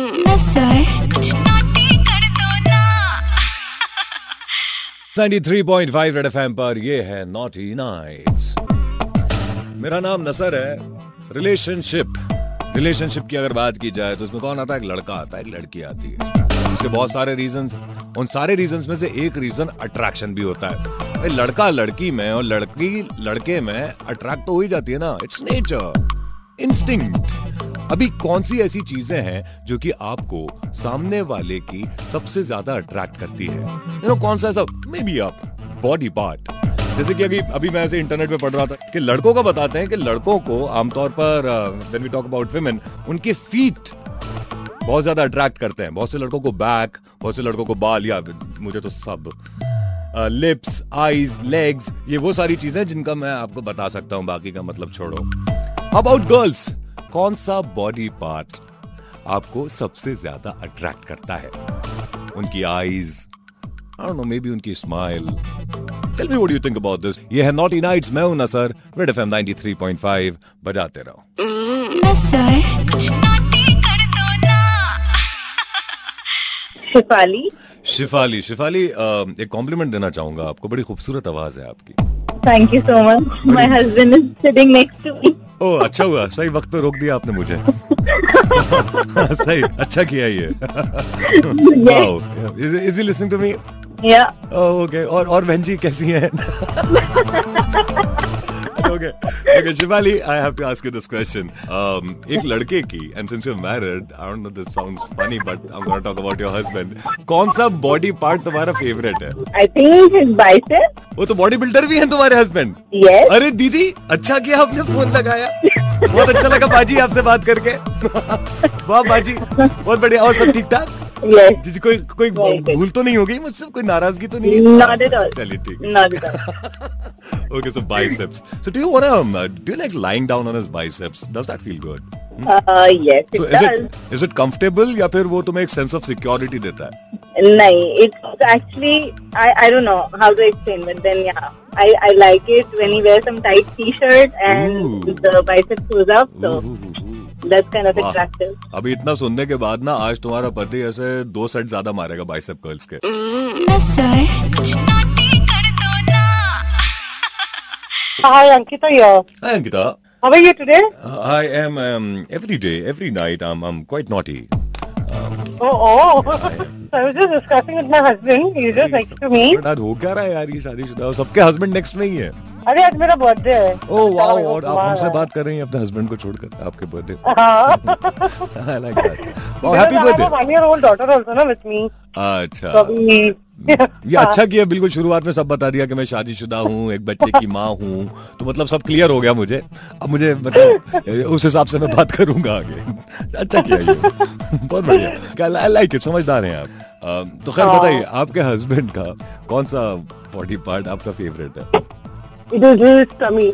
Sir कुछ naughty कर दो ना 93.5 रेड एफएम पर ये है नॉटी नाइट्स मेरा नाम नसर है रिलेशनशिप रिलेशनशिप की अगर बात की जाए तो इसमें कौन आता है एक लड़का आता है एक लड़की आती है इसके बहुत सारे रीजंस उन सारे रीजंस में से एक रीजन अट्रैक्शन भी होता है भाई लड़का लड़की में और लड़की लड़के में अट्रैक्ट तो हो ही जाती है ना इट्स नेचर इंस्टिंक्ट अभी कौन सी ऐसी चीजें हैं जो कि आपको सामने वाले की सबसे ज्यादा अट्रैक्ट करती है यू नो कौन सा ऐसा मे बी आप बॉडी पार्ट जैसे कि अभी अभी मैं ऐसे इंटरनेट पे पढ़ रहा था कि लड़कों का बताते हैं कि लड़कों को आमतौर पर uh, when we talk about women उनके फीट बहुत ज्यादा अट्रैक्ट करते हैं बहुत से लड़कों को बैक बहुत से लड़कों को बाल या मुझे तो सब लिप्स आईज लेग्स ये वो सारी चीजें जिनका मैं आपको बता सकता हूँ बाकी का मतलब छोड़ो अबाउट गर्ल्स कौन सा बॉडी पार्ट आपको सबसे ज्यादा अट्रैक्ट करता है उनकी eyes I don't know maybe उनकी smile tell me what do you think about this ये है नॉटी नाइट्स मैं हूं नसर रेड एफएम 93.5 बजाते रहो ना सर कुछ नोटी कर दो ना शिफाली शिफाली शिफाली अ, एक कॉम्प्लीमेंट देना चाहूंगा आपको बड़ी खूबसूरत आवाज है आपकी thank you so much my husband is sitting next to me oh अच्छा हुआ सही वक्त पे रोक दिया आपने मुझे सही अच्छा किया ये wow is he listening to me yeah okay Oh, और और बहन जी कैसी हैं okay okay Shivali I have to ask you this question Um, एक लड़के की and since you married I don't know this sounds funny but I am gonna talk about your husband कौन सा बॉडी पार्ट तुम्हारा फेवरेट है I think his bicep वो तो body builder भी हैं तुम्हारे हस्बैंड यस अरे दीदी अच्छा किया आपने फोन लगाया बहुत अच्छा लगा बाजी आपसे बात करके वाह बाजी बहुत बढ़िया और सब ठीक ठाक यस जी कोई कोई भूल तो नहीं हो गई मुझसे कोई नाराजगी तो नहीं हाँ, Not at all. चलिए ठीक not at all okay so biceps so do you want do like lying down on his biceps does that feel good yes it so is does it is it comfortable या फिर वो तुम्हें एक sense of security देता है नहीं it's actually I I don't know how to explain but then yeah I, I like it when he wears some tight t-shirt and Ooh. the bicep goes up, so Ooh, ooh, ooh. that's kind of Wow. attractive. अभी इतना सुनने के बाद ना आज तुम्हारा पति ऐसे दो सेट ज्यादा मारेगा बाइसेप कर्ल्स के ना सर कुछ नोटी कर दो ना Hi, Ankita here. Hi, Ankita. How are you today? Uh, I am um, every day, every night. I'm I'm quite naughty. Oh, oh. so I was just discussing with my husband. He's just next to me. But आज हो क्या रहा है यार ये शादीशुदा और सबके हस्बैंड नेक्स्ट में ही है अरे आज मेरा बर्थडे है ओ वाओ Sorry, और आप तुम्हारा। हमसे बात कर रही हैं अपने हस्बैंड को छोड़कर आपके बर्थडे हाँ I like that wow Because happy I have a birthday one year old daughter also na with me. So अच्छा अभी- हाँ, ये अच्छा किया बिल्कुल शुरुआत में सब बता दिया कि मैं शादीशुदा हूँ एक बच्चे की माँ हूँ तो मतलब सब क्लियर हो गया मुझे अब मुझे मतलब उस हिसाब से मैं बात करूंगा आगे अच्छा किया ये बहुत बढ़िया लाइक इट समझदार हैं आप अम, तो खैर हाँ। बताइए आपके हस्बैंड का कौन सा बॉडी पार्ट आपका फेवरेट है अच्छा। It is his tummy.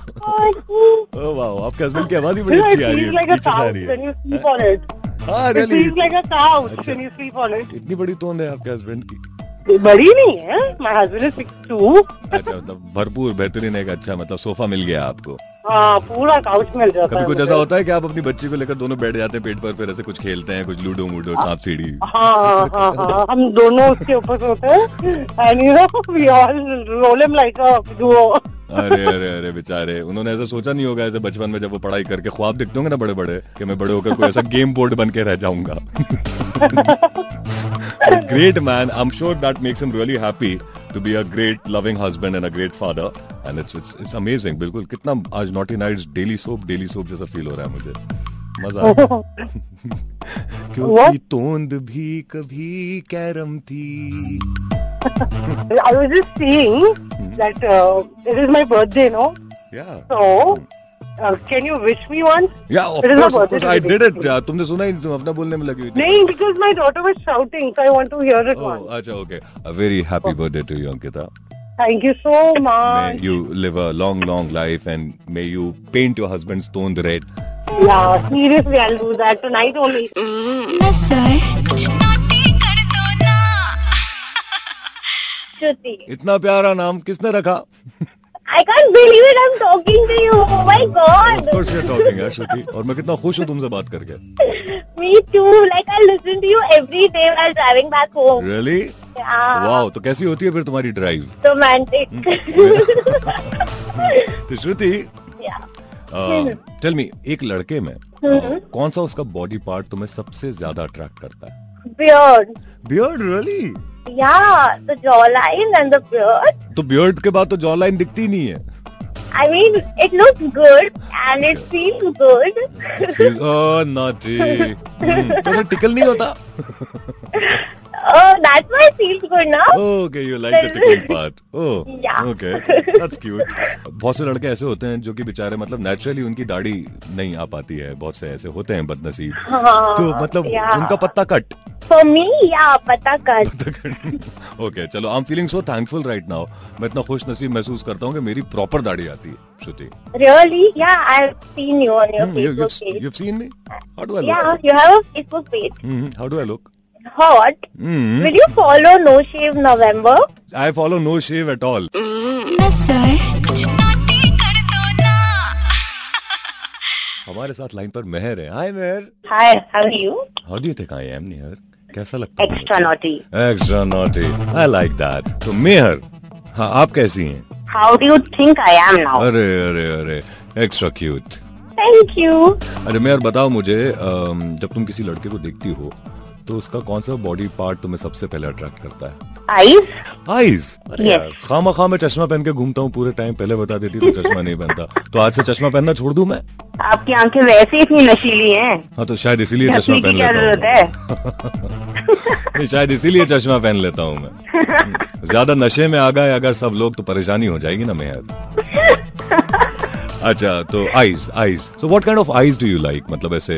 ओ वाह आपके हस्बैंड की आवाज ही You बड़ी know, it अच्छी आ रही है feels like a couch when पीछे से आ रही है you sleep on it. हाँ It really? feels like a couch अच्छा। when you sleep on it. इतनी बड़ी तोंद है आपके हस्बैंड की बड़ी नहीं है My husband is 6'2. अच्छा मतलब भरपूर बेहतरीन एक अच्छा मतलब सोफा मिल गया आपको हाँ पूरा काउच मिल जाता कभी है कुछ मुझे। ऐसा होता है कि आप अपनी बच्ची को लेकर दोनों बैठ जाते हैं पेट पर फिर ऐसे कुछ खेलते हैं कुछ लूडो वूडो सांप सीढ़ी हाँ हाँ हाँ हम दोनों उसके ऊपर सोते हैं and you know we all roll him like a duo अरे अरे अरे बेचारे उन्होंने ऐसा सोचा नहीं होगा ऐसे बचपन में जब वो पढ़ाई करके ख्वाब देखते होंगे ना बड़े बड़े कि मैं बड़े होकर कोई ऐसा गेम बोर्ड बन के रह जाऊंगा great man I am sure that makes him really happy to be a great loving husband and a great father and it's it's it's amazing बिल्कुल कितना आज naughty nights daily soap daily soap जैसा feel हो रहा है मुझे मजा आ गया। क्योंकि What? तोंद भी कभी कैरम थी I was just Hmm. Seeing that it is my birthday no Yeah. So Hmm. Can you wish me one Yeah, of It is not course, of worth course, it, I it is did it. difficult. Yeah, तुमने सुना ही नहीं, तुम अपना बोलने में लगी हुई थी। नहीं because my daughter was shouting so I want to hear it Oh, one अच्छा, okay. A very happy Oh. birthday to you, Ankita. Thank you so May much you live a long, long life and may you paint your husband's tone red. या seriously I will do that tonight only ना sir कुछ naughty कर दो ना Shruti. इतना प्यारा नाम किसने रखा? I can't believe it. I'm talking to you. Oh my Of god. course you're talking, yeah, Shruti. और मैं कितना खुश हूँ तुमसे बात करके. Me too. Like I listen to you every day while driving back home. Really हाँ। Yeah. Wow तो कैसी होती है फिर तुम्हारी ड्राइव Romantic. तो श्रुति yeah. टेल मी एक लड़के में हम्म। uh, कौन सा उसका बॉडी पार्ट तुम्हें सबसे ज्यादा अट्रैक्ट करता है Beard. Beard really Yeah. The jawline and the beard. तो बियर्ड के बाद तो जॉ लाइन दिखती नहीं है I mean, it looks good and it feels good. नाटी तो टिकल नहीं होता oh, that's why it feels good now. Okay you like the tickling part Yeah. Oh okay that's cute बहुत से लड़के ऐसे होते हैं जो कि बेचारे मतलब नेचुरली उनकी दाढ़ी नहीं आ पाती है बहुत से ऐसे होते हैं बदनसीब तो मतलब हाँ, yeah. उनका पत्ता cut For me, yeah, pata cut. Okay चलो I am feeling so thankful right now मैं इतना खुश नसीब महसूस करता हूँ कि मेरी प्रॉपर दाढ़ी आती है Shruti hmm, Really? Yeah, I've seen Hmm, you on your you Facebook page. Have seen me how do I Yeah, look you have a Facebook page. How do I look Hot. Hmm, Hmm? Will you follow No Shave November? I follow no shave at all Nasser कुछ naughty कर दो ना हमारे साथ line पर मेहर है hi Mehar Hi, how are you? How do you think I am near कैसा लगता है Extra naughty. Extra naughty I like that तो मेहर हाँ आप कैसी हैं How do you think I am now? अरे अरे अरे एक्स्ट्रा क्यूट Thank you. अरे मेहर बताओ मुझे अम, जब तुम किसी लड़के को देखती हो तो उसका कौन सा बॉडी पार्ट तुम्हें सबसे पहले अट्रैक्ट करता है Eyes? Eyes Yes. खामा खा मैं चश्मा पहन के घूमता हूँ पूरे टाइम पहले बता देती तो चश्मा नहीं पहनता तो आज से चश्मा पहनना छोड़ दूं मैं आपकी आंखें वैसे ही इतनी नशीली हैं हाँ तो शायद इसीलिए चश्मा नशीली पहन की क्या लेता हूँ जरूरत है नहीं, शायद इसीलिए चश्मा पहन लेता हूँ मैं ज्यादा नशे में आ गए अगर सब लोग तो परेशानी हो जाएगी ना मेहर अच्छा तो eyes eyes so what kind of eyes do you like मतलब ऐसे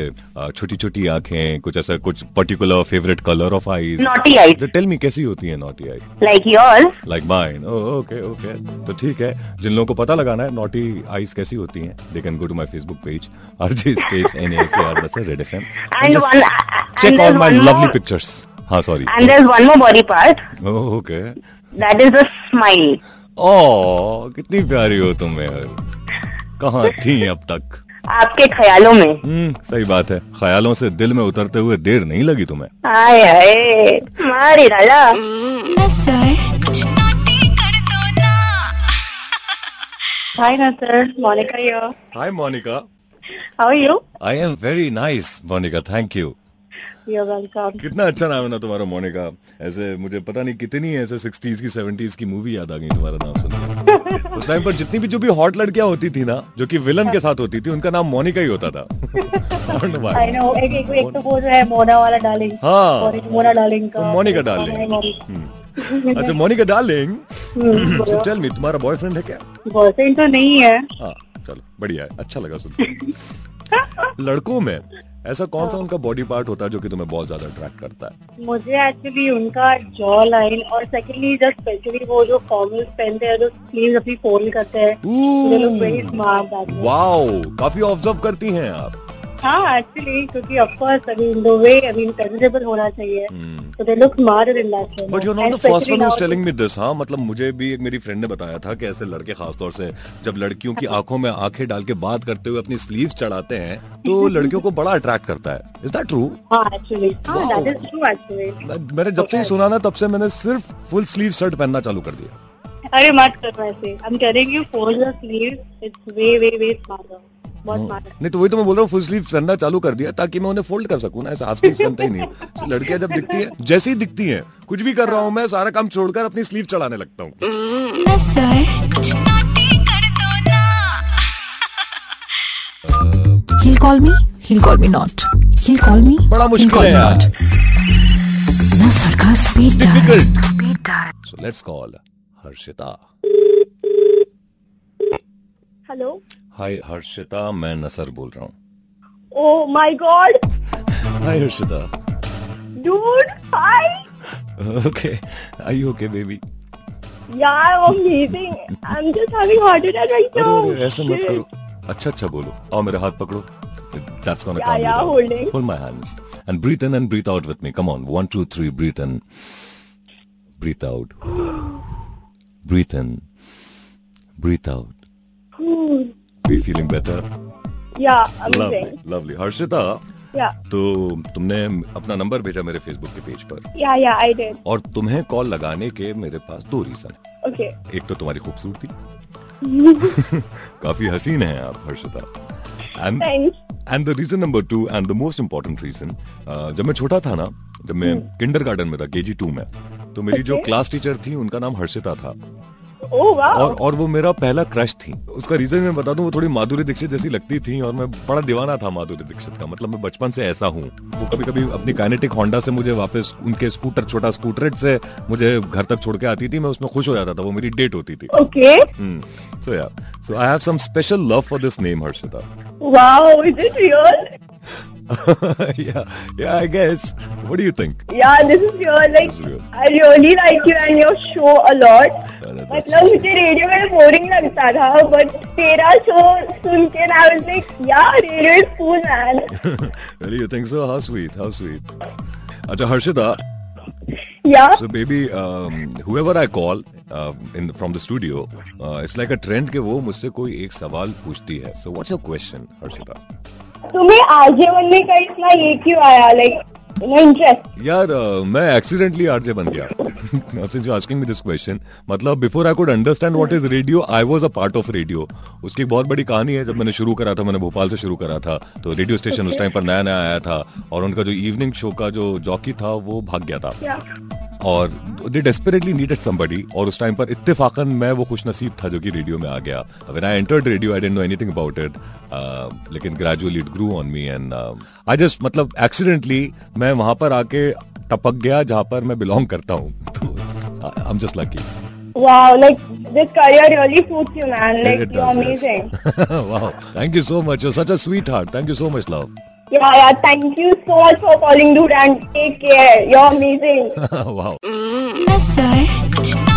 छोटी छोटी आंखें कुछ ऐसा कुछ particular favourite colour of eyes naughty eye tell me तो कैसी होती है naughty I like your like mine okay okay Oh, तो ठीक है जिन लोगों को पता लगाना है नॉटी आईज कैसी होती हैं they can go to my Facebook page RJ space N A C R Red F M And one- check and all there's my one lovely more. Pictures हाँ sorry and there one more body part okay that is the smile oh कितनी प्यारी हो तुम यार कहाँ थी अब तक आपके ख्यालों में हम्म सही बात है ख्यालों से दिल में उतरते हुए देर नहीं लगी तुम्हें हाय हाय मारी डाला नसर कुछ नाटी कर दो ना Hi, Nasser. Monica here. Hi Monica How are you? I am very nice Monica thank you You're welcome. कितना अच्छा नाम है ना तुम्हारा मोनिका ऐसे मुझे पता नहीं कितनी ऐसे सिक्सटीज की सेवेंटीज की मूवी याद आ गई तुम्हारा नाम सुन के। उस टाइम पर जितनी भी जो भी हॉट लड़कियां होती थी ना जो कि विलन के साथ होती थी उनका नाम मोनिका ही होता था I don't know why. I know. एक एक एक तो वो जो है मोना वाला डार्लिंग हाँ। और एक मोना डार्लिंग तो का मोनिका डार्लिंग अच्छा Monica darling so tell me तुम्हारा बॉयफ्रेंड है क्या बॉयफ्रेंड तो नहीं है हाँ चलो बढ़िया है अच्छा लगा सुन के। लड़कों में ऐसा कौन सा उनका बॉडी पार्ट होता है जो कि तुम्हें बहुत ज्यादा अट्रैक्ट करता है मुझे एक्चुअली उनका जॉ लाइन और सेकंडली जस्ट स्पेशली वो जो फॉर्मल्स पहनते हैं जो स्लीव अपनी फोल्ड करते हैं they look very smart that wow काफी ऑब्जर्व करती हैं आप हाँ एक्चुअली क्योंकि of course I mean the way I mean presentable होना चाहिए हम्म, तो they look smart in that but you not the first one telling me this हाँ मतलब मुझे भी एक मेरी फ्रेंड ने बताया था कि ऐसे लड़के खासतौर से जब लड़कियों की आंखों में आंखें डाल के बात करते हुए अपनी स्लीव्स चढ़ाते हैं तो लड़कियों को बड़ा अट्रैक्ट करता है इज दैट ट्रू हाँ एक्चुअली हाँ Wow. That is true actually मैंने जब से ही सुना ना तब से मैंने सिर्फ फुल स्लीव शर्ट पहनना चालू कर दिया अरे मत करो ऐसे I am telling you fold the sleeve it's way way way smart बहुत स्मार्ट नहीं तो वही तो मैं बोल रहा हूँ फुल स्लीव पहनना चालू कर दिया ताकि मैं उन्हें फोल्ड कर सकूं ना ऐसा हाफ स्लीव पहनता ही नहीं So, लड़कियां जब दिखती है जैसे ही दिखती हैं कुछ भी कर रहा हूँ मैं सारा काम छोड़कर अपनी स्लीव चढ़ाने लगता हूँ नसर कुछ नाटी कर दो ना He'll call me, he'll call me not. He'll call me, बड़ा he'll मुश्किल call है me not. यार Nasser का speed dial. Difficult Speed dial. So let's call Harshita hello hi Harshita मैं नसर बोल रहा हूँ oh my god hi Harshita dude hi okay I okay baby यार amazing I am just having heart attack right now अरे ऐसा मत करो अच्छा अच्छा बोलो आओ मेरा हाथ पकड़ो That's gonna Yeah, calm you yeah, down. holding. Hold my hands and breathe in and breathe out with me. Come on, one, two, three. Breathe in, breathe out, breathe in, breathe out. Are you feeling better? या amazing Lovely, lovely. Harshita, Yeah. तो तुमने अपना number भेजा मेरे Facebook के page पर Yeah, yeah, I did. और तुम्हें कॉल लगाने के मेरे पास दो रीजन Okay. एक तो तुम्हारी खूबसूरती काफी हसीन है आप Harshita and Thanks. And the reason number two and the most important reason uh, जब मैं छोटा था ना जब मैं किंडर गार्डन में था के जी टू में तो मेरी जो क्लास टीचर थी उनका नाम हर्षिता था Oh wow. और और वो मेरा पहला क्रश थी उसका रीजन मैं बता दूं वो थोड़ी माधुरी दीक्षित जैसी लगती थी और मैं बड़ा दीवाना था माधुरी दीक्षित का मतलब मैं बचपन से ऐसा हूँ वो कभी कभी अपनी काइनेटिक होंडा से मुझे वापस उनके स्कूटर छोटा स्कूटरेट से मुझे घर तक छोड़ के आती थी मैं उसमें खुश हो जाता था वो मेरी डेट होती थी Okay. Hmm. So yeah so I have some special love for this name Harshita Wow. Is it real? yeah, yeah, I guess. What do you think? Yeah, this is real. Like, This is real. I really like you and your show a lot. that- that's मतलब मुझे radio में boring लगता था but तेरा show सुन के ना like yeah radio is cool man really, you think so? How sweet, how sweet. Acha Harshita, yeah so baby, um, whoever I call uh, in from the studio, uh, it's like a trend के वो मुझसे कोई एक सवाल पूछती है. So what's your question, Harshita? तुम्हें आगे बनने का इतना ये क्यों आया लाइक इंटरेस्ट यार uh, मैं एक्सीडेंटली आरजे बन गया since you asking me this question मतलब before I could understand what is radio I was a part of radio उसकी एक बहुत बड़ी कहानी है जब मैंने शुरू करा था मैंने भोपाल से शुरू करा था तो रेडियो स्टेशन उस टाइम पर नया नया आया था और उनका जो इवनिंग शो का जो जॉकी था वो भाग गया था और दे डेस्परेटली नीडेड somebody और उस टाइम पर इत्तेफाकन मैं वो खुश नसीब था जो कि रेडियो में आ गया when I entered radio I didn't know anything about it uh, लेकिन gradually it grew on me and I just मतलब एक्सीडेंटली मैं वहां पर आके टपक गया जहां पर मैं बिलोंग करता हूँ तो I am just lucky wow like this career really suits you man like you amazing wow thank you so much you such a sweet heart thank you so much love yeah yeah thank you so much for calling dude and take care you are amazing wow नजर कुछ ना